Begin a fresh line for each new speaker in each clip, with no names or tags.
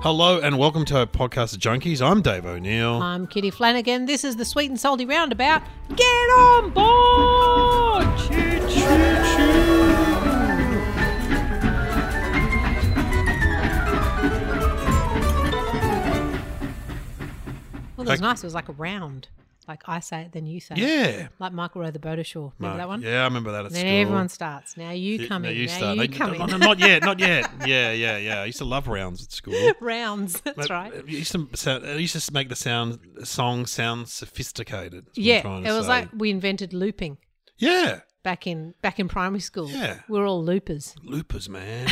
Hello and welcome to our podcast, Junkies. I'm Dave O'Neill.
I'm Kitty Flanagan. This is the Sweet and Salty Roundabout. Get on board! Well, that was
Okay.
nice. It was like a round. Like I say it, then you say it.
Yeah.
Like Michael Rowe, the Boatershaw. Remember that one?
Yeah, I remember that at
And then
school.
everyone starts. Now you come
no,
in.
You
now
start.
you
No,
come
no,
in.
no, not yet. Not yet. Yeah, yeah, yeah. I used to love rounds at school.
Rounds. That's
That-
right.
It used to sound, it used to make the sound song sound sophisticated. is what I'm
Yeah,
trying
it
to
was
say.
like we invented looping
yeah,
back in back in primary school.
Yeah.
we are all loopers.
loopers, man.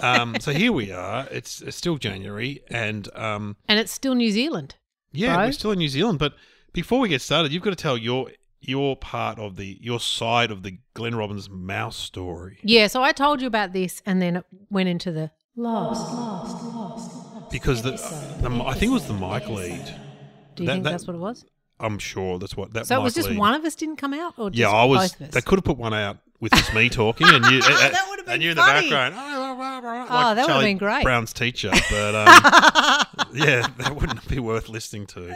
um, so here we are. It's, it's still January, and um,
And it's still New Zealand.
yeah,
Bro.
we're still in New Zealand. But before we get started, you've got to tell your your part of the your side of the Glen Robbins mouse story
Yeah, so I told you about this and then it went into the lost, lost, lost. lost
because the,
episode,
the I think it was the
episode,
mic
episode.
lead.
Do you
That-
think
that-
that's what it was?
I'm sure that's what that.
So it was
mic
just
lead-
one of us didn't come out or just
Yeah, I was.
both of us? Oh,
They could have put one out with just me talking, and you,
That would've been
and you in
funny.
the background. "Oh, rah, rah, rah,"
Oh,
like
that would've
Charlie
been great.
Brown's teacher, but um, yeah, that wouldn't be worth listening to.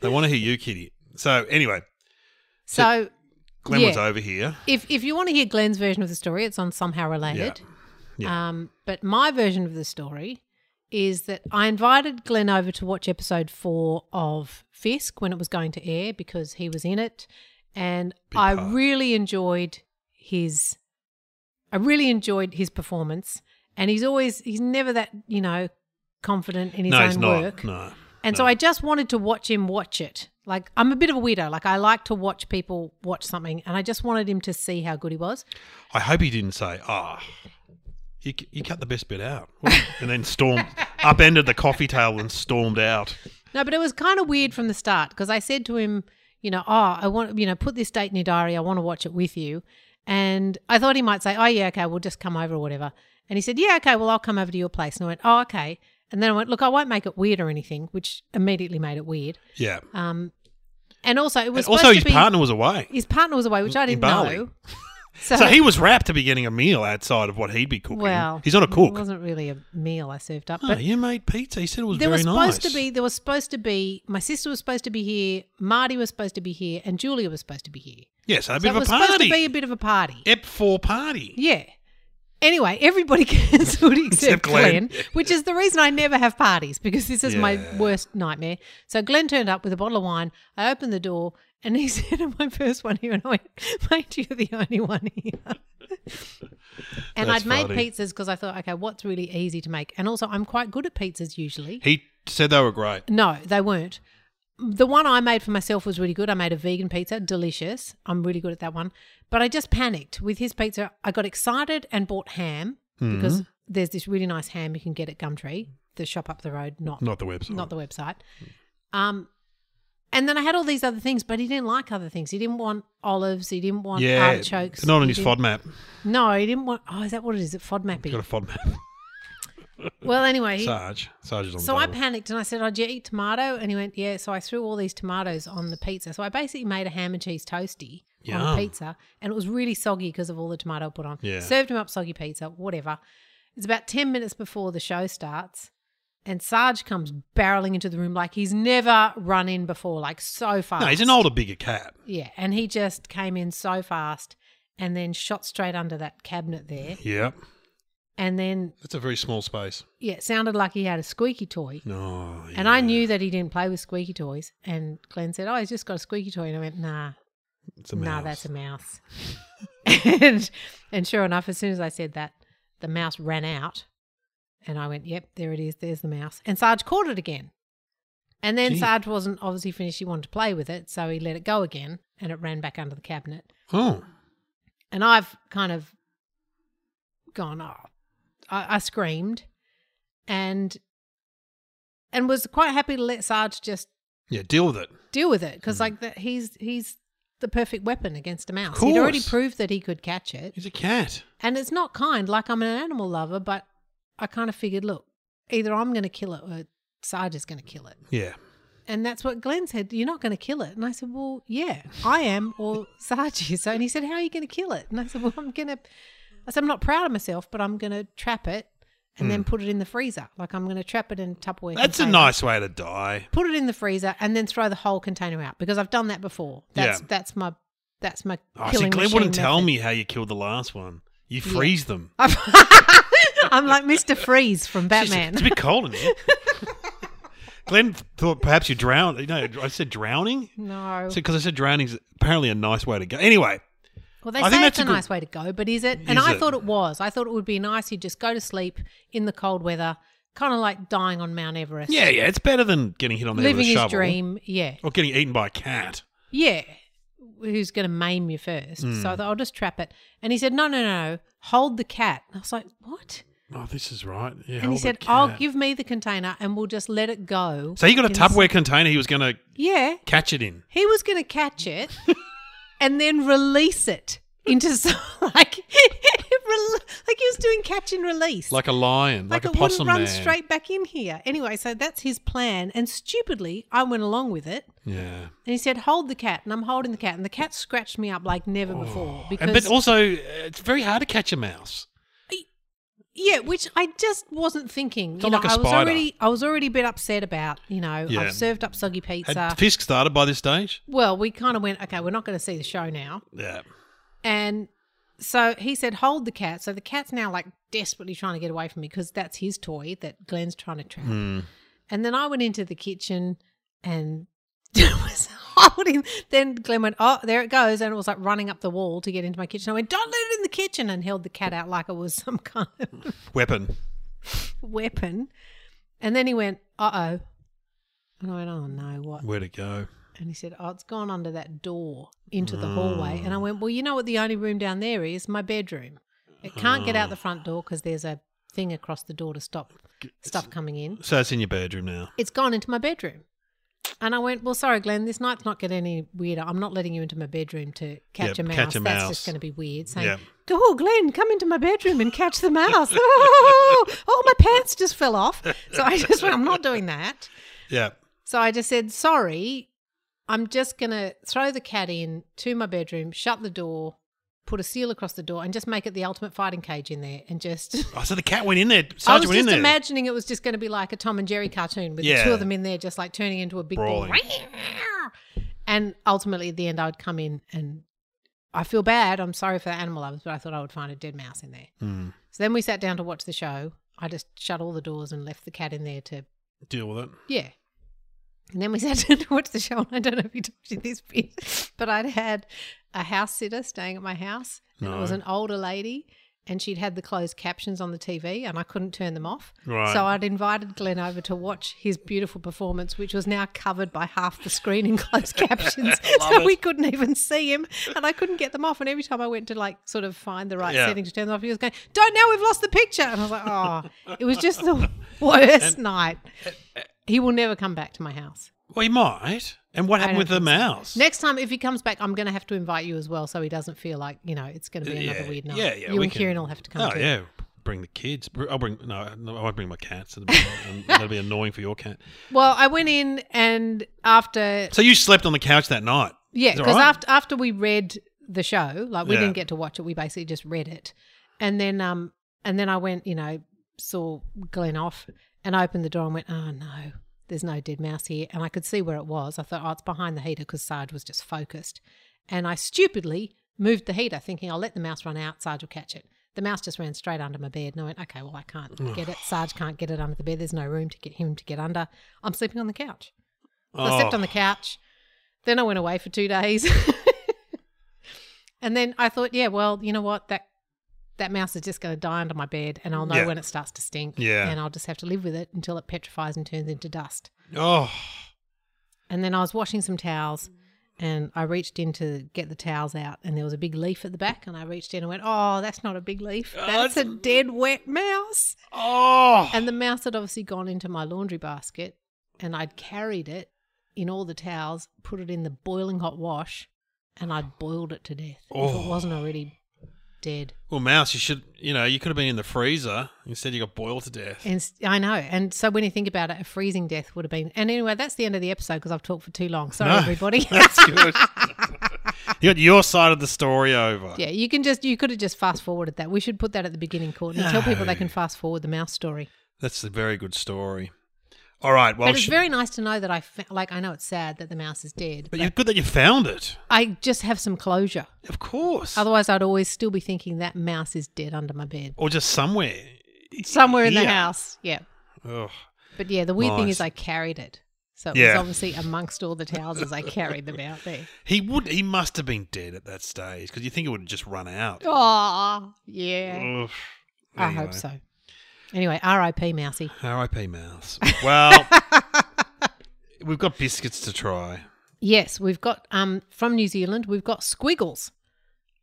They want to hear you, Kitty. So anyway,
so
Glenn was
Yeah.
over here.
if if you want to hear Glenn's version of the story, it's on somehow related.
Yeah.
Um, but my version of the story is that I invited Glenn over to watch episode four of Fisk when it was going to air because he was in it, and
Big
I
part.
really enjoyed his. I really enjoyed his performance, and he's always he's never that you know confident in his
no,
own
he's not.
work.
No,
And so I just wanted to watch him watch it. Like I'm a bit of a weirdo. Like I like to watch people watch something, and I just wanted him to see how good he was.
I hope he didn't say, "Ah, you, c- you cut the best bit out," and then stormed, upended the coffee table, and stormed out.
No, but it was kind of weird from the start because I said to him, you know, oh, I want, you know, put this date in your diary. I want to watch it with you. And I thought he might say, oh, yeah, okay, we'll just come over or whatever. And he said, yeah, okay, well, I'll come over to your place. And I went, oh, okay. And then I went, look, I won't make it weird or anything, which immediately made it weird.
Yeah.
Um, and also, it was
And also,
supposed
his
to be,
partner was away.
his partner was away, which I
in
didn't
Bali.
know.
So he was wrapped to be getting a meal outside of what he'd be cooking.
Well,
he's not a
It
cook.
wasn't really a meal I served up,
No,
but
you made pizza. He said it was
there
very
was
nice.
supposed to be there was supposed to be my sister was supposed to be here, Marty was supposed to be here, and Julia was supposed to be here.
yes, a
So
bit
it
of a
was supposed
party.
to be a bit of a party.
Ep four party.
Yeah. Anyway, everybody cancelled except,
Except Glenn.
Glenn, which is the reason I never have parties because this is
Yeah.
my worst nightmare. So Glenn turned up with a bottle of wine. I opened the door and he said, "I'm my first one here," and I went, "Mate, you're the only one here." and
That's
I'd made
funny.
pizzas because I thought, okay, what's really easy to make? And also, I'm quite good at pizzas usually.
He said they were great.
No, they weren't. The one I made for myself was really good. I made a vegan pizza, delicious. I'm really good at that one. But I just panicked with his
Hmm.
pizza. I got excited and bought ham because there's this really nice ham you can get at Gumtree. the shop up the road, not
Not the website.
not the website. Um, and then I had all these other things, but he didn't like other things. He didn't want olives. He didn't want
yeah,
artichokes.
Not on
he
his
didn't-
FODMAP.
No, he didn't want. Oh, is that what it is? It FOD mapping.
Got a FODMAP.
Well, anyway, he,
Sarge. Sarge is on
so
the
I
table.
panicked and I said, "Oh, do you eat tomato?" And he went, "Yeah." So I threw all these tomatoes on the pizza. So I basically made a ham and cheese toasty on
Yum.
the pizza, and it was really soggy because of all the tomato I put on.
Yeah.
Served him up soggy pizza, whatever. It's about ten minutes before the show starts, and Sarge comes barreling into the room like he's never run in before, like so fast.
no, he's an older, bigger cat.
Yeah, and he just came in so fast, and then shot straight under that cabinet there,
Yep.
and then
That's a very small space.
yeah, it sounded like he had a squeaky toy.
No.
And I knew that he didn't play with squeaky toys. And Glenn said, Oh, he's just got a squeaky toy. And I went, Nah,
It's a
nah,
mouse.
that's a mouse. and, and sure enough, as soon as I said that, the mouse ran out. And I went, Yep, there it is. There's the mouse. And Sarge caught it again. And then
Gee.
Sarge wasn't obviously finished. He wanted to play with it. So he let it go again. And it ran back under the cabinet.
Oh.
And I've kind of gone, oh, I, I screamed and and was quite happy to let Sarge just
Yeah, deal with it.
deal with it
Hmm.
because like the, he's he's the perfect weapon against a mouse.
Of
He'd already
course.
proved that he could catch it,
He's a cat.
and it's not kind. Like I'm an animal lover, but I kind of figured, look, either I'm going to kill it or Sarge is going to kill it.
Yeah.
And that's what Glenn said. You're not going to kill it. And I said, Well, yeah, I am, or Sarge is. And he said, How are you going to kill it? And I said, Well, I'm going to, I said, I'm not proud of myself, but I'm going to trap it and then put it in the freezer. Like I'm going to trap it in Tupperware.
Hmm. That's a
container,
nice way to die.
Put it in the freezer and then throw the whole container out because I've done that before. That's,
Yeah.
that's my, that's my
Oh, see,
killing
Glenn
machine
wouldn't tell
method.
me how you killed the last one. You freeze them.
I'm like Mr. Freeze from
Jeez,
Batman.
It's a bit cold in here. Glenn thought perhaps you drowned. You know, I said drowning
no.
because I said drowning's apparently a nice way to go. Anyway,
Well, they
I think
say
that's
it's a,
a good-
nice way to go, but is it? And
Is
I
it?
thought it was. I thought it would be nice. You just go to sleep in the cold weather, kind of like dying on Mount Everest.
yeah, yeah, it's better than getting hit on the head
living
with a
his
shovel
dream. Yeah,
or getting eaten by a cat.
yeah. Who's going to maim you first?
Hmm.
So I thought I'll just trap it. And he said, "No, no, no. Hold the cat." And I was like, "What?"
Oh, this is right. Yeah,
and
hold
he
the
said, "Oh,
cat."
give me the container, and we'll just let it go."
So he got a
in the-
Tupperware container. He was going to
Yeah,
catch it in.
he was going to catch it and then release it into so like rel- like he was doing catch and release
Like a lion, like,
Like,
a
it wouldn't
possum
run
man.
straight back in here anyway so that's his plan and stupidly i went along with it
Yeah,
and he said hold the cat and i'm holding the cat and the cat scratched me up like never before
Oh. and,
because
but also uh, it's very hard to catch a mouse.
yeah which i just wasn't thinking you
not like a
know i was
spider.
already i was already a bit upset about you know
Yeah.
i've served up soggy pizza
Had Fisk started by this stage?
well we kind of went okay we're not going to see the show now
Yeah.
And so he said, hold the cat. So the cat's now like desperately trying to get away from me because that's his toy that Glenn's trying to trap.
Hmm.
And then I went into the kitchen and was holding. Then Glenn went, oh, there it goes. And it was like running up the wall to get into my kitchen. I went, don't let it in the kitchen and held the cat out like it was some kind of
Weapon.
weapon. And then he went, uh oh. And I went, oh no, what?
Where to go?
And he said, Oh, it's gone under that door into the hallway.
Mm.
And I went, Well, you know what the only room down there is? My bedroom. It can't get out the front door because there's a thing across the door to stop stuff coming in.
So it's in your bedroom now.
It's gone into my bedroom. And I went, Well, sorry, Glenn, this night's not getting any weirder. I'm not letting you into my bedroom to catch
Yeah,
a mouse.
catch a
That's
mouse.
just going to be weird. Saying,
Yeah.
Oh, Glenn, come into my bedroom and catch the mouse. oh, oh, my pants just fell off. So I just went, I'm not doing that.
Yeah.
So I just said, sorry, I'm just going to throw the cat in to my bedroom, shut the door, put a seal across the door, and just make it the ultimate fighting cage in there. And just,
Oh, so the cat went in there. Sarge
I was
went in
just
there.
imagining it was just going to be like a Tom and Jerry cartoon with the
Yeah.
two of them in there, just like turning into a big
Brawling.
ball. And ultimately, at the end, I would come in and I feel bad. I'm sorry for the animal lovers, but I thought I would find a dead mouse in there.
Hmm.
So then we sat down to watch the show. I just shut all the doors and left the cat in there to
Deal with it.
yeah. And then we sat down to watch the show, and I don't know if you told you this bit, but I'd had a house sitter staying at my house, and it was
No.
an older lady, and she'd had the closed captions on the TV, and I couldn't turn them off.
Right.
So I'd invited Glenn over to watch his beautiful performance, which was now covered by half the screen in closed captions, so we couldn't even see him, and I couldn't get them off. And every time I went to like sort of find the right
Yeah.
setting to turn them off, he was going, "Don't now, we've lost the picture," and I was like, "Oh, it was just the Worst night. He will never come back to my house.
Well, he might. And what happened
don't
with the
think
mouse?
Next time, if he comes back, I'm going to have to invite you as well, so he doesn't feel like you know it's going to be another
yeah,
weird night.
yeah, yeah,
You
we
and
can-
Kieran will have to come.
Oh
too.
yeah, bring the kids. Br- I'll bring no, no I won't bring my cats. That'd be, that'd be annoying for your cat.
Well, I went in and after
So you slept on the couch that night.
yeah,
Is it
because
right?
after after we read the show, like we
Yeah.
didn't get to watch it, we basically just read it, and then um and then I went, you know, saw Glenn off, and I opened the door and went, oh no, there's no dead mouse here, and I could see where it was. I thought, oh, it's behind the heater because Sarge was just focused, and I stupidly moved the heater, thinking I'll let the mouse run out, Sarge will catch it. The mouse just ran straight under my bed, and I went, okay, well I can't get it. Sarge can't get it under the bed. There's no room to get him to get under. I'm sleeping on the couch. So I slept
Oh.
on the couch. Then I went away for two days. and then I thought, yeah, well, you know what? That that mouse is just going to die under my bed and I'll know
Yeah.
when it starts to stink.
Yeah.
And I'll just have to live with it until it petrifies and turns into dust.
Oh,
And then I was washing some towels and I reached in to get the towels out and there was a big leaf at the back and I reached in and went, oh, that's not a big leaf.
Oh,
That's a
that's-
dead wet mouse.
oh.
And the mouse had obviously gone into my laundry basket, and I'd carried it in all the towels, put it in the boiling hot wash, and I'd boiled it to death. If
Oh.
it wasn't already dead.
well, mouse, you should. You know, you could have been in the freezer. Instead, you got boiled to death.
And s- I know. And so when you think about it, a freezing death would have been. And anyway, that's the end of the episode because I've talked for too long. Sorry,
No.
everybody.
That's good. you got your side of the story over.
yeah, you can just you could have just fast forwarded that. We should put that at the beginning, Courtney. Tell people they can fast forward the mouse story.
That's a very good story. All right. Well,
but it's
sh-
very nice to know that I fa- like. I know it's sad that the mouse is dead.
but you're good that you found it.
I just have some closure.
Of course.
Otherwise, I'd always still be thinking that mouse is dead under my bed,
or just somewhere.
somewhere in the
Here.
house. Yeah,
Ugh.
but yeah, the weird thing is
Nice.
I carried it, so it was
Yeah.
obviously amongst all the towels as I carried them out there.
He would. He must have been dead at that stage because you think it would have just run out.
Oh, yeah.
Ugh.
I
Anyway.
hope so. Anyway, R.I.P. Mousy.
R.I.P. Mouse. Well, we've got biscuits to try.
Yes, we've got um from New Zealand. We've got squiggles.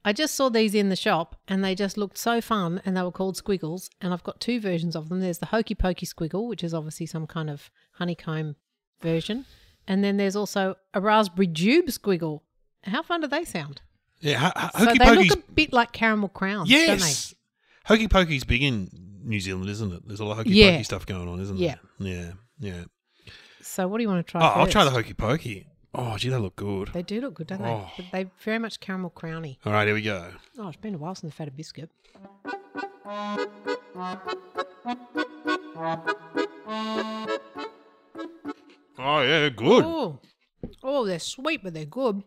I just saw these in the shop, and they just looked so fun, and they were called squiggles. And I've got two versions of them. There's the hokey pokey squiggle, which is obviously some kind of honeycomb version, and then there's also a raspberry jube squiggle. How fun do they sound?
Yeah, ho- ho-
so
hokey
they
pokey's.
look a bit like caramel crowns,
yes, hokey pokey's big in New Zealand, isn't it? There's a lot of hokey
Yeah.
pokey stuff going on, isn't
Yeah.
there? Yeah, yeah.
don't they? So what do you want to try?
Oh, i I'll try the
first?
hokey pokey. Oh, gee, they look good.
They do look good, don't
Oh.
they? But they very much caramel crowny.
All right, here we go.
Oh, it's been a while since I've had a biscuit.
Oh yeah, good.
Oh, oh, they're sweet, but they're good.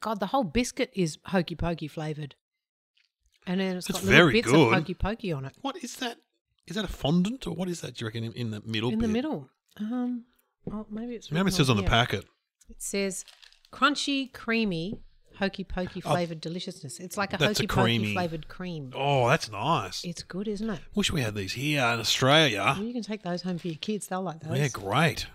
God, the whole biscuit is hokey pokey flavored, and then it's got
That's
little
very
bits
good.
of hokey pokey on it
What is that? Is that a fondant or what is that? Do you reckon in, in the middle?
in the
bit?
middle. Um, oh, maybe it's
Maybe
written
it says on the
here.
packet.
It says crunchy, creamy, hokey pokey
Oh,
flavored deliciousness. It's like a
that's a
hokey pokey
creamy-
flavored cream.
Oh, that's nice.
It's good, isn't it?
Wish we had these here in Australia.
Well, you can take those home for your kids. They'll like those.
Ah. Yeah, great.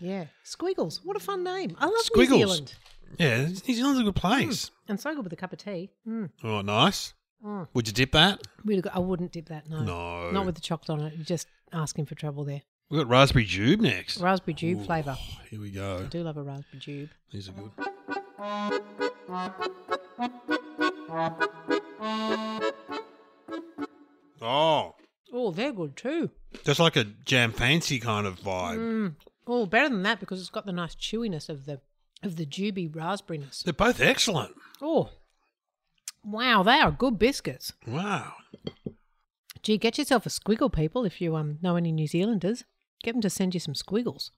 yeah. Squiggles. What a fun name. I love
Squiggles.
New Zealand. Mm.
Yeah, New Zealand's a good place.
And so good with a cup of tea. Mm.
Oh, nice.
Mm.
Would you dip that?
Really good. I wouldn't dip that. No.
No.
Not with the chocolate on it. You're just asking for trouble there.
We've got raspberry jube next.
Raspberry jube
Ooh,
flavour.
Here we
I
go.
do love a raspberry jube.
These are good. Oh,
Oh, they're good too.
just like a jam fancy kind of vibe.
Mm. Oh, better than that because it's got the nice chewiness of the of the jubey raspberryness.
They're both excellent.
Oh. Wow, they are good biscuits.
Wow.
Gee, get yourself a squiggle, people, if you um know any New Zealanders. Get them to send you some squiggles.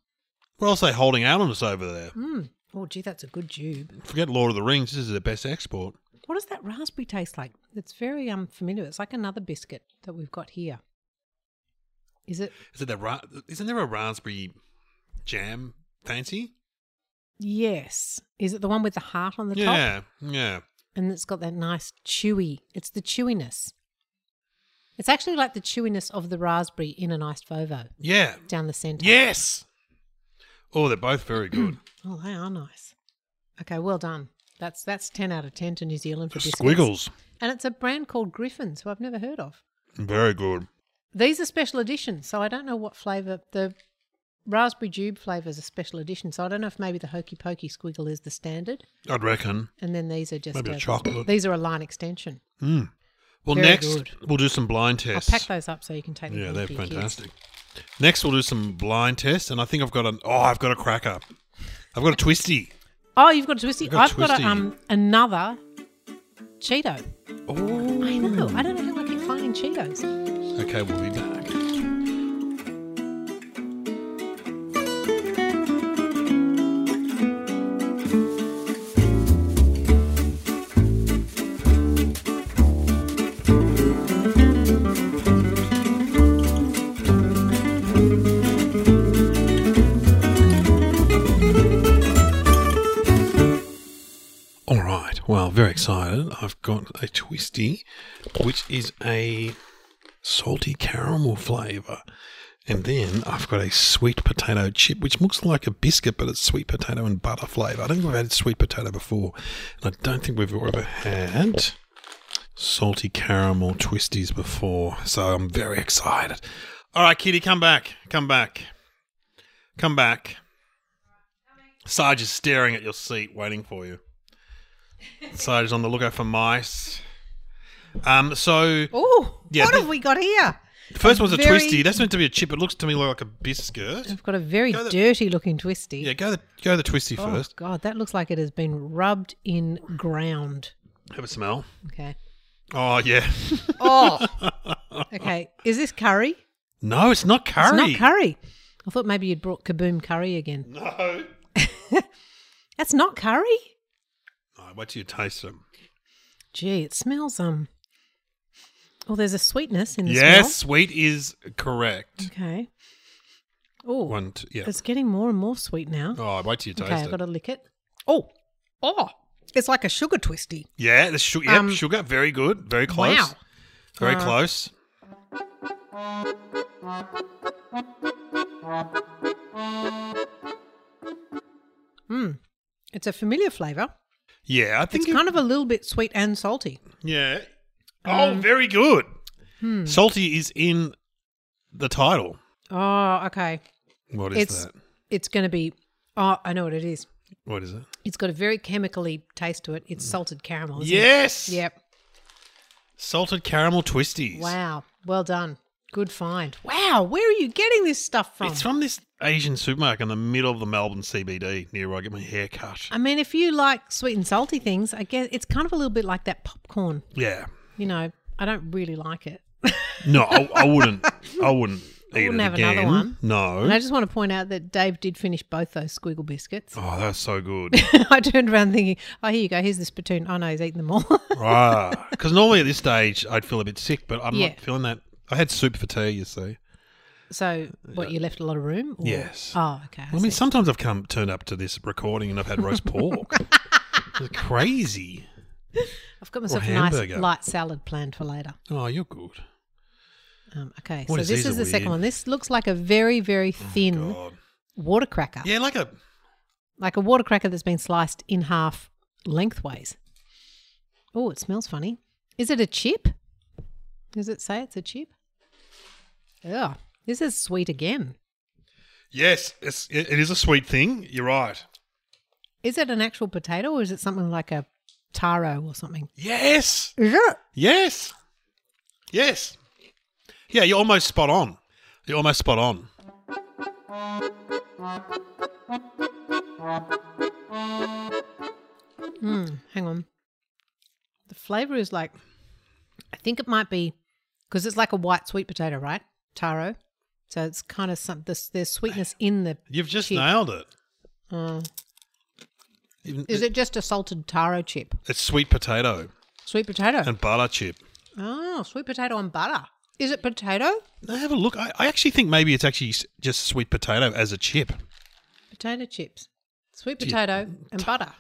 What else are they holding out on us over there?
Mm. Oh, gee, that's a good jube.
Forget Lord of the Rings. This is their best export.
What does that raspberry taste like? It's very um familiar. It's like another biscuit that we've got here. Is it?
Is it the ra- isn't there a raspberry jam fancy?
Yes. Is it the one with the heart on the top?
yeah, yeah.
And it's got that nice chewy. It's the chewiness. It's actually like the chewiness of the raspberry in an iced vovo
Yeah.
down the centre.
Yes. Oh, they're both very good.
Oh, they are nice. Okay, well done. That's that's ten out of ten to New Zealand for biscuits.
Squiggles.
And it's a brand called Griffins, who I've never heard of.
Very good.
These are special editions, so I don't know what flavour the raspberry jube flavour is a special edition. So I don't know if maybe the hokey pokey squiggle is the standard,
I'd reckon.
and then these are just
Maybe a chocolate.
These are a line extension.
Hmm. Well,
Very
next
good.
we'll do some blind
I'll
tests.
pack those up so you can take them.
yeah,
home
they're
to your kids.
fantastic. Next, we'll do some blind tests, and I think I've got an. Oh, I've got a crack up. I've got a twisty.
Oh, you've got a twisty.
I've got a
I've got a,
twisty.
um another Cheeto.
Oh,
I know. I don't know how I keep finding Cheetos.
Okay, we'll be back. All right. Well, very excited. I've got a twisty, which is a salty caramel flavour. And then I've got a sweet potato chip, which looks like a biscuit, but it's sweet potato and butter flavour. I don't think we've had sweet potato before. And I don't think we've ever had salty caramel twisties before. So I'm very excited. All right, Kitty, come back. Come back. Come back. Sarge is staring at your seat, waiting for you. Sarge is on the lookout for mice. Um, so
Oh,
Yeah,
what
thi-
have we got here?
the first one's a
Very-
twisty. That's meant to be a chip. It looks to me like a biscuit.
I've got a very
Go the-
dirty looking twisty.
Yeah, go the go the twisty
Oh
first.
God, that looks like it has been rubbed in ground.
Have a smell.
Okay.
Oh yeah.
Oh. okay. Is this curry?
No, it's not curry.
It's not curry. I thought maybe you'd brought kaboom curry again.
No.
That's not curry.
No, wait till you taste them.
Gee, it smells um. Oh, there's a sweetness in the
Yes, sweet is correct.
smell. Okay. Oh,
One, two, yeah.
it's getting more and more sweet now.
Oh, wait till you taste
okay, I've
it.
got to lick it. Oh, oh, it's like a sugar twisty.
Yeah, the sugar. Yep,
Um,
sugar. Very good. Very close.
Wow.
Very
Uh,
close.
It's a familiar flavour.
Yeah, I think.
It's
it-
kind of a little bit sweet and salty.
yeah. Oh,
um,
very good.
hmm.
Salty is in the title.
Oh, okay.
What is
It's
that?
it's going to be. Oh, I know what it is.
What is it?
It's got a very chemically taste to it. It's salted caramel. isn't it?
Yes.
Yep.
Salted caramel twisties.
Wow. Well done. Good find. Wow. Where are you getting this stuff from?
It's from this Asian supermarket in the middle of the Melbourne CBD near where I get my hair cut.
I mean, if you like sweet and salty things, I guess it's kind of a little bit like that popcorn.
Yeah.
You know, I don't really like it.
No, I, I wouldn't. I wouldn't eat
wouldn't
it
have
again.
another one.
No.
And I just want to point out that Dave did finish both those squiggle biscuits.
Oh, that's so good.
I turned around thinking, oh, here you go. Here's the spittoon. Oh, no, he's eaten them all.
right. Because normally at this stage I'd feel a bit sick, but I'm
Yeah.
not feeling that. I had soup for tea, you see.
so, what, you left a lot of room? or-
Yes.
Oh, okay. I
I mean,
see.
sometimes I've come turned up to this recording and I've had roast pork. It's crazy.
I've got myself a
hamburger.
nice light salad planned for later.
Oh, you're good.
Um, okay,
What
so
is
this
these
is
are
the second
weird.
one. This looks like a very, very thin
Oh God.
water cracker,
Yeah, like a.
like a water cracker that's been sliced in half lengthways. Oh, it smells funny. Is it a chip? Does it say it's a chip? Oh, this is sweet again.
Yes, it's, it, it is a sweet thing. You're right.
Is it an actual potato or is it something like a taro or something?
Yes.
Is it?
Yes. Yes. Yeah, you're almost spot on. You're almost spot on.
Hang on. The flavor is like, I think it might be because it's like a white sweet potato, right? Taro. So it's kind of some this, there's sweetness in the.
You've just
Chip.
nailed it.
Uh,
Even-
is it just a salted taro chip?
It's sweet potato
Sweet potato.
and butter chip.
oh, sweet potato and butter. Is it potato?
Now have a look. I, I actually think maybe it's actually s- just sweet potato as a chip.
Potato chips. Sweet potato and butter.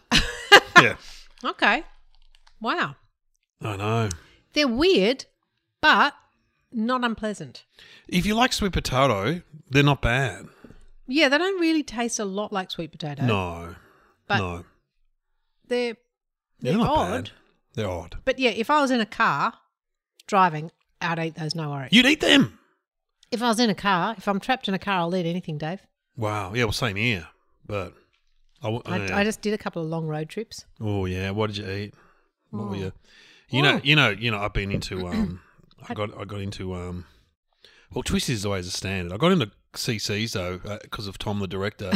yeah.
okay. Wow.
I know.
They're weird, but not unpleasant.
If you like sweet potato, they're not bad.
Yeah, they don't really taste a lot like sweet potato.
No.
But-
no.
They're
They're
they're
not
odd.
bad. They're odd.
But yeah, if I was in a car driving, I'd eat those no worries.
You'd eat them.
If I was in a car, if I'm trapped in a car, I'll eat anything, Dave.
Wow. Yeah. Well, same here. But I, w-
I,
yeah.
I just did a couple of long road trips.
Oh yeah, what did you eat? Oh yeah, you
Oh.
know, you know, you know. I've been into um, I got I got into um, well, Twisties is always a standard. I got into CCs though because of Tom the director.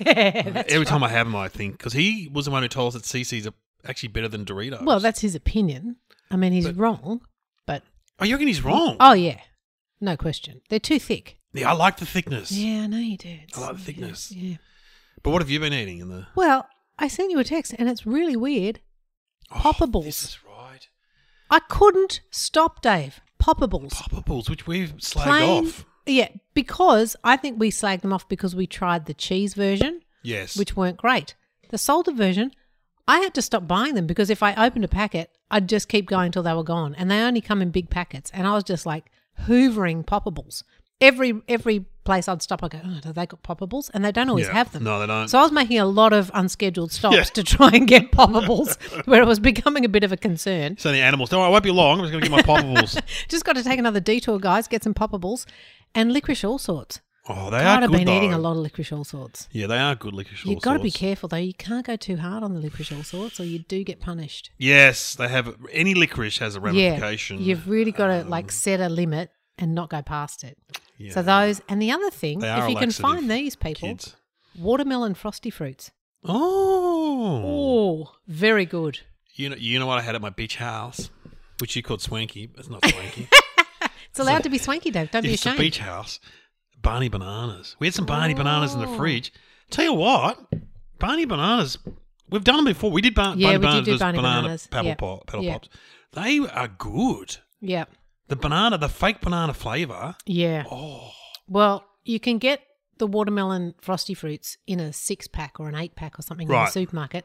Every time I have him, I think because he was the one who told us that CCs are actually better than Doritos.
Well, that's his opinion. I mean, he's wrong, but
oh, you reckon he's wrong?
oh yeah, no question. They're too thick.
Yeah, I like the thickness.
Yeah, I know you do. It's-
like the thickness.
Yeah, yeah.
But what have you been eating in the
Well, I sent you a text, and it's really weird. Poppables.
oh, This is right.
I couldn't stop, Dave. Poppables.
Poppables, which we've slagged
Plain-
off.
Yeah, because I think we slagged them off because we tried the cheese version,
Yes.
which weren't great. The salted version, I had to stop buying them because if I opened a packet, I'd just keep going till they were gone, and they only come in big packets. And I was just like hoovering poppables. Every every place I'd stop, I go, oh, have they got poppables? And they don't always
Yeah.
have them.
No, they don't.
So I was making a lot of unscheduled stops
Yeah.
to try and get poppables, where it was becoming a bit of a concern.
so the animals. Oh, I won't be long. I'm just going to get my poppables.
Just got to take another detour, guys. Get some poppables and licorice all sorts.
Oh, they
God,
are
I've
good
been
though.
eating a lot of licorice all sorts.
Yeah, they are good licorice.
You've
all
got to be
sorts.
careful though. You can't go too hard on the licorice all sorts, or you do get punished.
Yes, they have. Any licorice has a ramification. um,
Yeah, you've really got to like set a limit and not go past it.
Yeah.
So those and the other thing,
They are
if you
a
can find
laxative,
these people,
kids.
watermelon frosty fruits.
Oh.
Oh, very good.
You know, you know what I had at my beach house, which you called swanky. but It's not swanky.
It's allowed to be swanky, Dave. Don't be
it's the
ashamed.
beach house. Barney bananas. We had some Barney bananas in
Oh.
the fridge. Tell you what, Barney bananas. We've done them before. We did bar- Barney
Yeah, we did
bananas.
do
those
Barney
banana
bananas.
Paddle,
Yeah.
pop, paddle
Yeah.
pops. They are good.
Yeah,
The banana, the fake banana flavour.
yeah.
Oh,
Well, you can get the watermelon frosty fruits in a six pack or an eight pack or something in the
Right.
supermarket.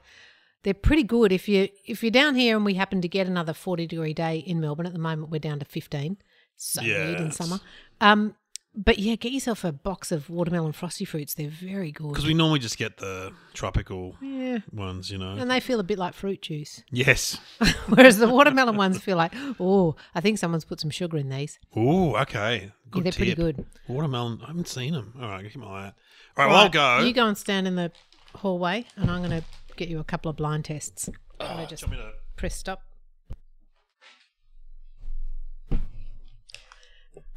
They're pretty good if you if you're down here and we happen to get another forty degree day in Melbourne. At the moment, we're down to fifteen. So weird in
Yes.
summer. Um, but yeah, get yourself a box of watermelon frosty fruits. They're very good.
because we normally just get the tropical
Yeah,
ones, you know.
and they feel a bit like fruit juice,
yes.
whereas the watermelon ones feel like oh, I think someone's put some sugar in these.
Ooh, okay. Good
Yeah, they're pretty
tip.
good.
Watermelon. I haven't seen them. All right, keep my eye out. All right, well, I'll go.
You go and stand in the hallway, and I'm going to get you a couple of blind tests.
Oh,
I just
do you want me
press stop.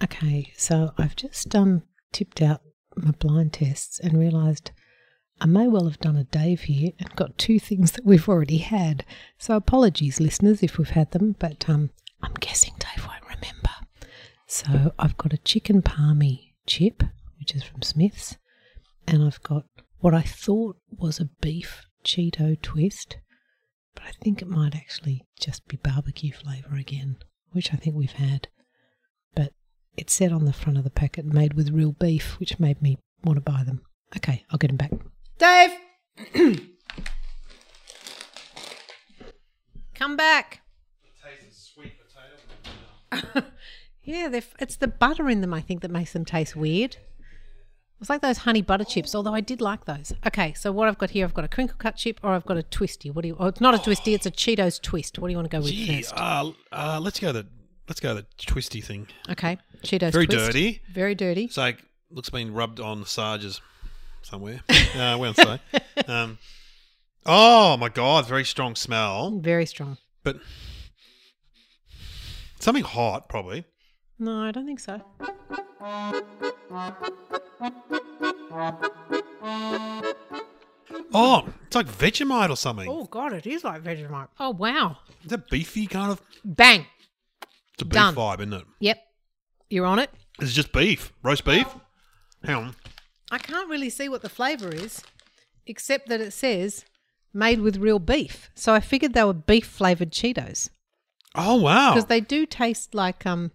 Okay, so I've just um, tipped out my blind tests and realised I may well have done a Dave here and got two things that we've already had. So apologies, listeners, if we've had them, but um, I'm guessing Dave won't remember. So I've got a chicken palmy chip, which is from Smith's, and I've got what I thought was a beef Cheeto twist but I think it might actually just be barbecue flavour again, which I think we've had. But it said on the front of the packet made with real beef, which made me want to buy them. Okay, I'll get them back. Dave! Come back! Yeah, they're, f- it's the butter in them, I think, that makes them taste weird. It's like those honey butter chips, although I did like those. Okay, so what I've got here, I've got a crinkle cut chip or I've got a twisty. What do you? Oh, it's not a twisty, it's a Cheetos twist. What do you want to go with
Gee,
first?
uh, uh, let's go the let's go the twisty thing.
Okay, Cheetos.
Very
twist.
dirty.
Very dirty.
It's like looks been rubbed on Sarge's somewhere. uh, we don't say. Um, oh my god, very strong smell,
Very strong.
but something hot probably.
No, I don't think so.
Oh, it's like Vegemite or something.
Oh God, it is like Vegemite. Oh wow!
It's a beefy kind of.
Bang.
It's a beef
Done.
vibe, isn't it?
Yep, you're on it.
It's just beef, roast beef. Hang on.
I can't really see what the flavour is, except that it says made with real beef. So I figured they were beef flavoured Cheetos
Oh wow,
because they do taste like um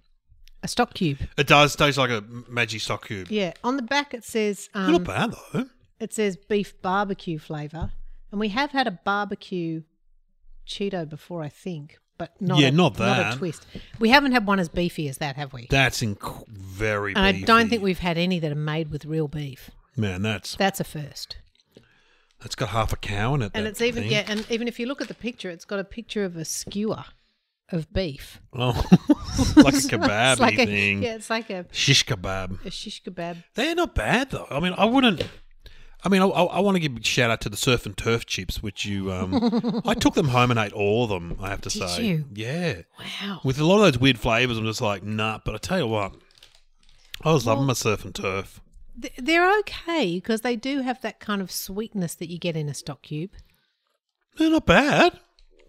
a stock cube.
it does taste like a Maggi stock cube.
Yeah. On the back it says
Not
um,
bad though.
it says beef barbecue flavour, and we have had a barbecue Cheeto before, I think, but not
Yeah,
a,
not
not
that.
a twist. We haven't had one as beefy as that, have we?
That's inc- very.
And I don't
beefy.
think we've had any that are made with real beef.
Man, that's
That's a first.
that's got half a cow in it.
And
that
it's even
thing.
yeah, and even if you look at the picture, it's got a picture of a skewer of beef.
Oh, like a kebab
it's like
thing.
A, yeah, it's like a,
Shish kebab.
a shish kebab.
They're not bad though. I mean, I wouldn't. I mean, I, I, want to give a shout out to the surf and turf chips, which you. Um, I took them home and ate all of them. I have to
Did
say,
you?
yeah.
Wow.
With a lot of those weird flavors, I'm just like, nah. But I tell you what, I was loving my surf and turf.
Th- They're okay because they do have that kind of sweetness that you get in a stock cube.
They're not bad.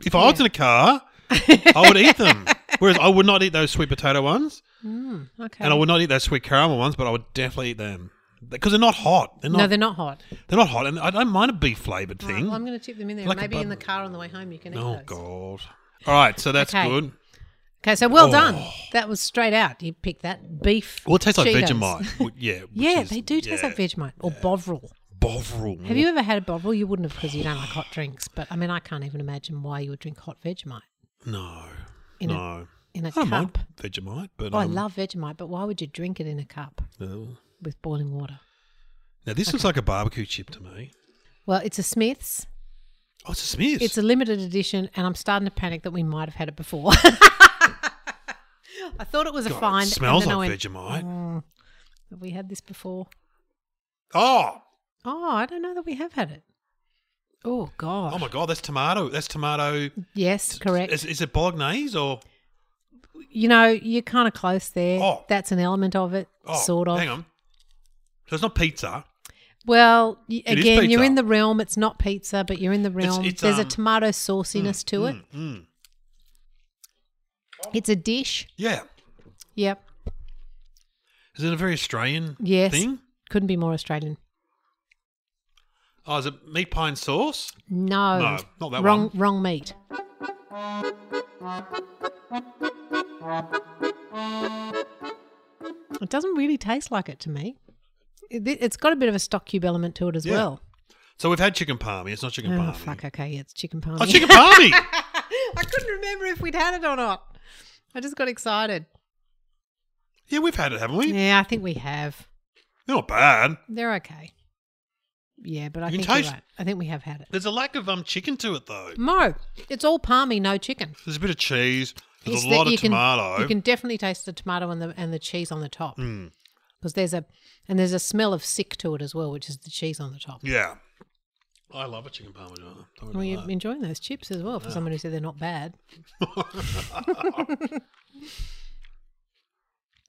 If I was in a car, I would eat them. Whereas I would not eat those sweet potato ones,
Okay.
and I would not eat those sweet caramel ones, but I would definitely eat them because they're not hot. They're not.
no,
they're,
they're not hot.
not hot, and I don't mind a beef flavored
Right,
thing.
well, I'm going to tip them in there.
Like a
Maybe in the
button.
car on the way home you can eat
oh
those.
god. All right, so that's
Okay.
good.
Okay, so well
Oh.
done. That was straight out. You picked that beef.
Well, it tastes like
Cheetos.
Vegemite. W- Yeah. which
Yeah,
is-
they do taste
yeah. Mm.
like Vegemite or Bovril.
Bovril.
Have you ever had a Bovril? You wouldn't have because you don't like hot drinks. But I mean, I can't even imagine why you would drink hot Vegemite
No.
in a
no.
in a
I don't mind
cup.
Vegemite, but
Oh, I
um,
love Vegemite, but why would you drink it in a cup
no.
with boiling water?
Now this looks like a barbecue chip to me.
Well, it's a Smith's.
Oh, it's a Smiths.
It's a limited edition, and I'm starting to panic that we might have had it before. I thought it was a
God,
find.
It
and
smells
then I
like
went,
Vegemite.
"Mm, have we had this before?
Oh.
Oh, I don't know that we have had it. Oh God.
Oh my god, that's tomato. That's tomato.
yes, correct.
Is, is it bolognese or
you know, you're kind of close there.
Oh.
That's an element of it,
oh,
sort of.
Hang on. So it's not pizza.
Well, y-
It is
again, you're
pizza.
in the realm. It's not pizza, but you're in the realm.
it's,
There's
um,
a tomato sauciness to it.
Mm, mm.
It's a dish.
Yeah.
Yep.
Is it a very Australian
Yes.
thing?
Couldn't be more Australian.
Oh, is it meat pie and sauce?
No.
No, not that
wrong, Wrong meat. It doesn't really taste like it to me. It, it's got a bit of a stock cube element to it as
Yeah.
well.
So we've had chicken palmy. It's not chicken
Oh,
palmy.
fuck. Okay. Yeah, it's chicken parmesan.
Oh, chicken palmy.
I couldn't remember if we'd had it or not. I just got excited.
yeah, we've had it, haven't we?
Yeah, I think we have.
They're not bad.
They're okay. Yeah, but I
You can
think you're
taste-
right. I think we have had it.
There's a lack of um chicken to it though.
No, it's all palmy, no chicken.
There's a bit of cheese. There's
It's
a
that
lot of
you can-
tomato.
You can definitely taste the tomato and the and the cheese on the top
Mm,
because there's a and there's a smell of sick to it as well, which is the cheese on the top.
yeah, I love a chicken parmesan. Don't worry
Well, you're
about
enjoying those chips as well for someone who said they're not bad.
that.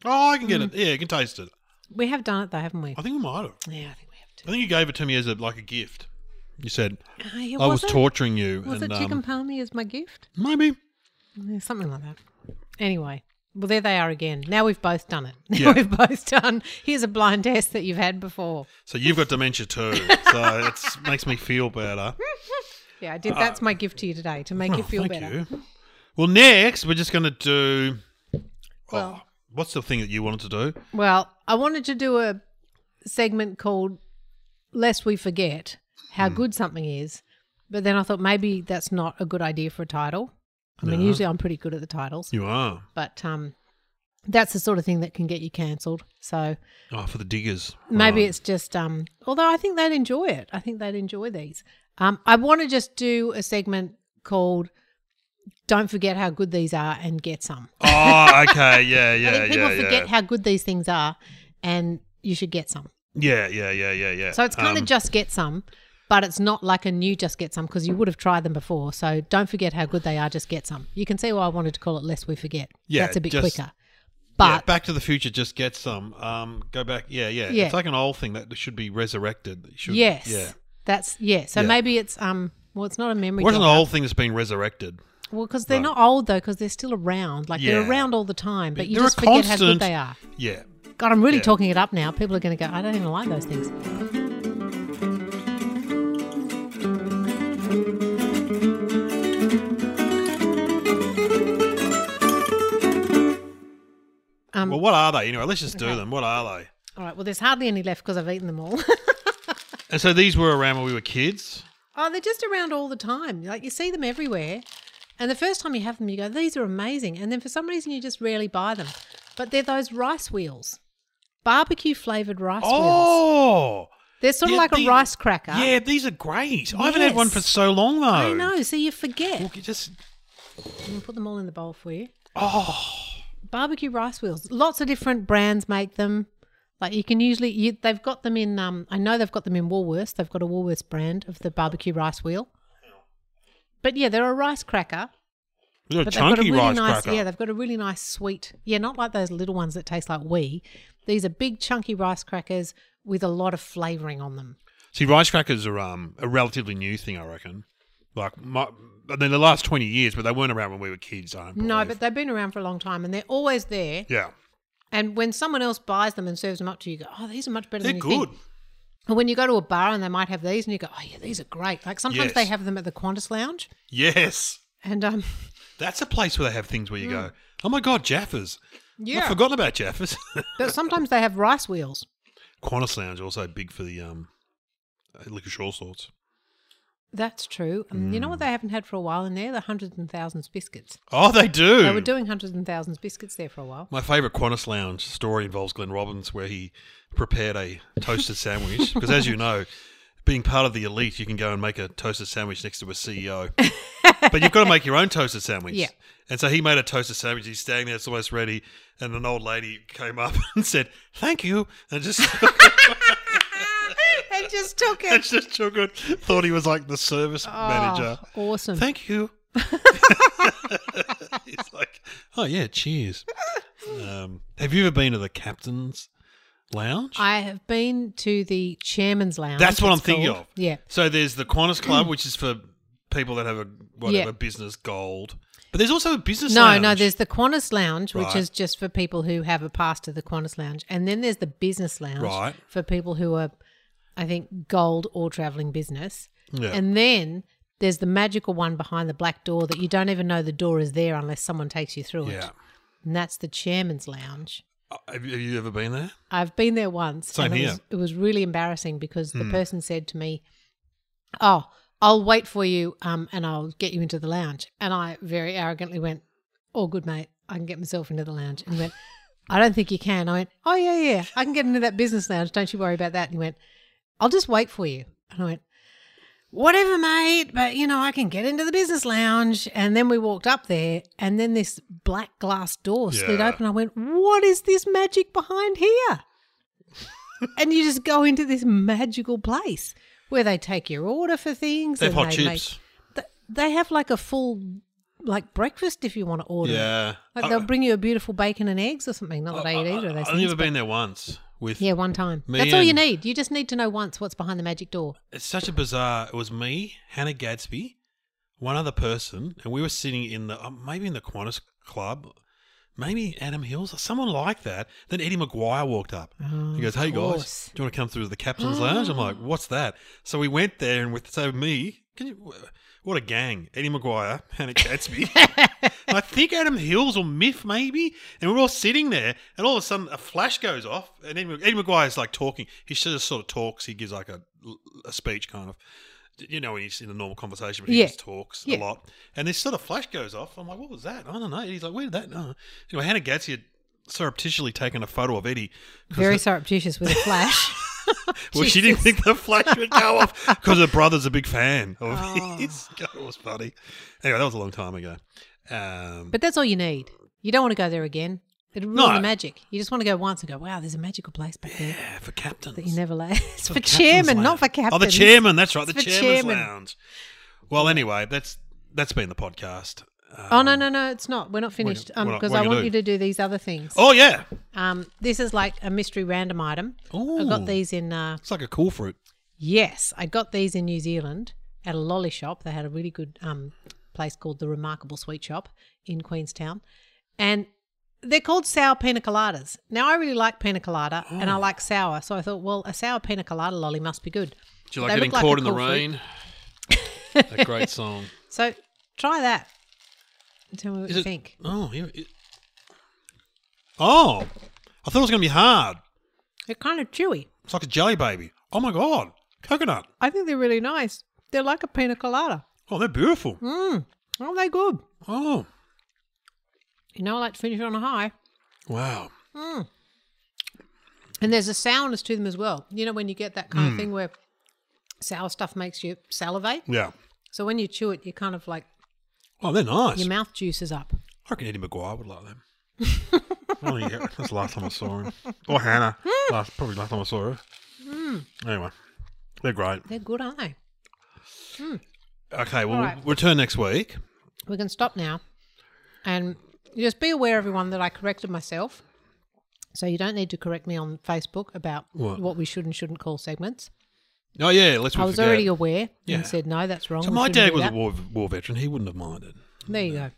Oh, I can get it.
Mm-hmm.
Yeah, you can taste it.
We have done it though, haven't we?
I think we might have.
Yeah, I think we have
I think you gave it to me as a like a gift. You said
too. Ah, yeah,
I was
it-
torturing you.
Was
and,
it chicken
um,
palmy as my gift?
Maybe.
Yeah, something like that. Anyway, well, there they are again. Now we've both done it. Now
Yeah.
we've both done. Here's a blind test that you've had before.
So you've got dementia too. so it makes me feel better.
Yeah, I did. That's my gift to you today to make you
Uh, Oh,
feel
thank
better.
you. Well, next we're just going to do.
Well-
oh, what's the thing that you wanted to do?
Well, I wanted to do a segment called Lest We Forget
Hmm.
How Good Something Is, but then I thought maybe that's not a good idea for a title. I mean,
No.
usually I'm pretty good at the titles,
You are.
but um, that's the sort of thing that can get you cancelled. So
Oh, for the diggers.
maybe
Right.
it's just, um, although I think they'd enjoy it. I think they'd enjoy these. Um, I want to just do a segment called Don't Forget How Good These Are and Get Some.
Oh, okay. Yeah, yeah,
I think people
yeah,
forget
yeah.
how good these things are and you should get some.
yeah, yeah, yeah, yeah, yeah.
So it's kind
Um,
of just get some, but it's not like a new just get some because you would have tried them before. So don't forget how good they are. Just get some. You can see why I wanted to call it less we forget.
Yeah,
that's a bit
just-
quicker.
yeah,
But
Back to the Future just get some. Um, go back. Yeah, yeah,
Yeah.
It's like an old thing that should be resurrected. It Should,
yes,
Yeah.
that's yeah. So
Yeah.
maybe it's um. Well, it's not a memory.
What's an
jogger.
old thing that's been resurrected?
Well, because they're not old though, because they're still around. Like
Yeah.
they're around all the time, but you
They're a
just forget how
constant.
good they are.
Yeah.
God, I'm really
Yeah.
talking it up now. People are going to go. I don't even like those things. Um,
Well, what are they anyway? Let's just do them. What are they?
All right. Well, there's hardly any left because I've eaten them all.
And so these were around when we were kids.
oh, they're just around all the time. Like you see them everywhere. And the first time you have them, you go, these are amazing. And then for some reason, you just rarely buy them. But they're those rice wheels, barbecue flavored rice wheels.
Oh.
They're sort
Yeah,
of like
the-
a rice cracker.
Yeah, these are great. I haven't had one for
Yes.
so long though.
I know. So you forget.
Look, it just
I'm gonna put them all in the bowl for you.
oh
barbecue rice wheels. Lots of different brands make them. Like you can usually, you, they've got them in. Um, I know they've got them in Woolworths. They've got a Woolworths brand of the barbecue rice wheel. But yeah, they're a rice cracker.
Little
But they've got
chunky
a really
rice
nice,
cracker.
yeah, they've got a really nice sweet. Yeah, not like those little ones that taste like wee. These are big chunky rice crackers with a lot of flavoring on them.
See, rice crackers are um, a relatively new thing, I reckon. Like, my, I mean, the last 20 years, but they weren't around when we were kids, I don't believe.
No, but they've been around for a long time and they're always there.
Yeah.
And when someone else buys them and serves them up to you, you go, oh, these are much better
They're
than you
good.
think. And when you go to a bar and they might have these and you go, oh, yeah, these are great. Like sometimes
Yes.
they have them at the Qantas Lounge.
Yes.
And um,
That's a place where they have things where you go, oh my God, Jaffa's.
Hmm. yeah,
I've forgotten about Jaffa's.
but sometimes they have rice wheels.
Qantas Lounge also big for the um, uh, liquor all sorts.
That's true. And you know
Hmm.
what they haven't had for a while in there? The hundreds and thousands biscuits.
Oh, they do.
They were doing hundreds and thousands biscuits there for a while.
My favourite Qantas Lounge story involves Glenn Robbins, where he prepared a toasted sandwich. Because as you know, being part of the elite, you can go and make a toasted sandwich next to a CEO. but you've got to make your own toasted sandwich.
Yeah.
And so he made a toasted sandwich. He's standing there, it's almost ready. And an old lady came up and said, Thank you. And just,
and just took
and
it.
just took it. Thought he was like the service manager.
Oh, awesome.
Thank you. He's like, oh yeah, cheers. Um, have you ever been to the captain's lounge?
I have been to the chairman's lounge.
That's what
it's
I'm thinking
called.
of.
Yeah.
so there's the Qantas Club, which is for people that have a whatever
Yeah.
business gold. But there's also a business.
No,
lounge.
no, there's the Qantas Lounge, which
Right.
is just for people who have a pass to the Qantas Lounge. And then there's the Business Lounge
Right.
for people who are, I think, gold or traveling business.
Yeah.
And then there's the magical one behind the black door that you don't even know the door is there unless someone takes you through
Yeah.
it. And that's the Chairman's Lounge.
Uh, Have you, have you ever been there?
I've been there once.
Same
and
here. Hmm.
It was, it was really embarrassing because the person said to me, "Oh, I'll wait for you, um, and I'll get you into the lounge." And I very arrogantly went, "All good, mate. I can get myself into the lounge." And he went, "I don't think you can." I went, "Oh yeah, yeah. I can get into that business lounge. Don't you worry about that." And he went, "I'll just wait for you." And I went. Whatever, mate, but you know, I can get into the business lounge. And then we walked up there, and then this black glass door slid
Yeah.
open. I went, What is this magic behind here? and you just go into this magical place where they take your order for things.
They have
and
hot
they
chips.
Make, th- they have like a full like breakfast if you want to order. it.
yeah.
Like
I-
they'll bring you a beautiful bacon and eggs or something. Not that I, eat either of those
I've
things.
never been there once. With
yeah, one time.
Me
That's all you
and-
need. You just need to know once what's behind the magic door.
it's such a bizarre. It was me, Hannah Gadsby, one other person, and we were sitting in the uh, maybe in the Qantas Club, maybe Adam Hills, or someone like that. Then Eddie McGuire walked up. he goes, "Hey
course.
guys, do you want to come through to the captain's lounge?" I'm like, "What's that?" So we went there, and with so me, can you, what a gang! Eddie McGuire, Hannah Gadsby. And I think Adam Hills or Miff maybe. And we're all sitting there, and all of a sudden a flash goes off, and Eddie, Eddie McGuire's like talking. He just sort of talks. He gives like a, a speech kind of, you know, when he's in a normal conversation, but he
Yeah.
just talks a
Yeah.
lot. And this sort of flash goes off. I'm like, what was that? I don't know. And he's like, where did that? No. Anyway, Hannah Gatsby had surreptitiously taken a photo of Eddie. 'cause
Very
the-
surreptitious with a flash.
well, she didn't
Jesus.
think the flash would go off because her brother's a big fan of
Oh.
his. God, it was funny. Anyway, that was a long time ago. Um,
But that's all you need. You don't want to go there again. It'd ruin
No.
the magic. You just want to go once and go, wow, there's a magical place back there
yeah, for captains.
that you never left. it's for,
the captain's
chairman,
lounge.
not for captain.
Oh, the chairman. That's right. The
It's for
chairman's
chairman.
lounge. Well, anyway, that's that's been the podcast. Uh,
Oh no no no! It's not. We're not finished. Um
we're not-
'cause because
what are
I
you
want
gonna
you to do these other things.
oh yeah,
Um, this is like a mystery random item. I
Ooh.
got these in. Uh,
it's like a cool fruit.
yes, I got these in New Zealand at a lolly shop. They had a really good um place called the Remarkable Sweet Shop in Queenstown, and they're called sour pina coladas. Now I really like pina colada, and I
Oh.
like sour, so I thought, well, a sour pina colada lolly must be good.
Do you
They
like
look
getting
like
caught
a
in the
cool fruit.
rain? that great song.
So try that. Tell me what
Is
you
it-
think.
Oh, here it- oh, I thought it was gonna be hard.
They're kind of chewy.
It's like a jelly baby. Oh my god, coconut.
I think they're really nice. They're like a pina colada.
Oh, they're beautiful.
Mm, aren't they good?
Oh,
You know, I like to finish on a high.
wow.
And there's a sourness to them as well. You know, when you get that kind
Hmm.
of thing where sour stuff makes you salivate.
Yeah.
So when you chew it, you kind of like
Oh, they're nice.
your mouth juices up.
I reckon Eddie McGuire would like them. Only- yeah, that's the last time I saw him. Or Hannah.
Hmm.
Last, probably last time I saw her. Anyway, they're great.
They're good, aren't they?
Okay, well,
All right.
we'll return next week.
We can stop now. And just be aware, everyone, that I corrected myself. So you don't need to correct me on Facebook about
What?
what, we should and shouldn't call segments.
Oh, yeah, let's
I was already aware
Yeah.
and said, no, that's wrong.
So
we
my
shouldn't
dad
do
was a
that."
war, war veteran. He wouldn't have minded.
There you go.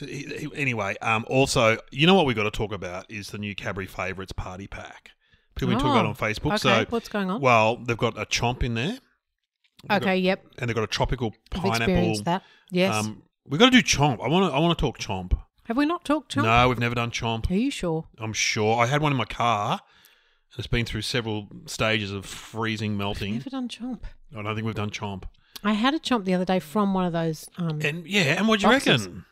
He- he- anyway, um, also, you know what we've got to talk about is the new Cadbury Favourites Party Pack. People been talking about
Oh,
on Facebook.
okay,
so,
what's going on?
Well, they've got a chomp in there,
Okay, yep.
and they've got a tropical
I've
pineapple.
experienced that. Yes.
Um, we've got to do chomp. I want to. I want to talk chomp.
Have we not talked to him?
No, we've never done chomp.
Are you sure?
I'm sure. I had one in my car, and it's been through several stages of freezing, melting.
Never done chomp.
I don't think we've done chomp.
I had a chomp the other day from one of those. Um,
And yeah, and what do you
Boxes.
reckon?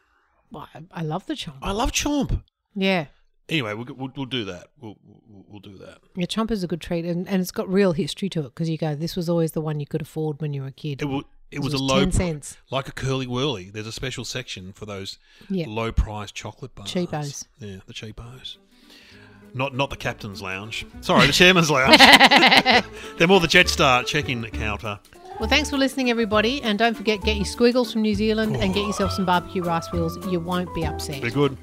well, I, I love the chomp.
I love chomp.
Yeah,
Anyway, we'll we'll, we'll do that. We'll, we'll we'll do that.
your chomp is a good treat, and, and it's got real history to it because you go, this was always the one you could afford when you were a kid.
It will. It was,
was
a low
10
pri-
cents.
like a curly whirly. There's a special section for those
Yeah.
low priced chocolate bars.
Cheapos.
Yeah, the cheapos. Not not the captain's lounge. Sorry, the chairman's lounge. They're more the Jetstar check-in counter.
Well, thanks for listening, everybody,
Oh.
and don't forget get your squiggles from New Zealand and get yourself some barbecue rice wheels. You won't be upset.
They're good.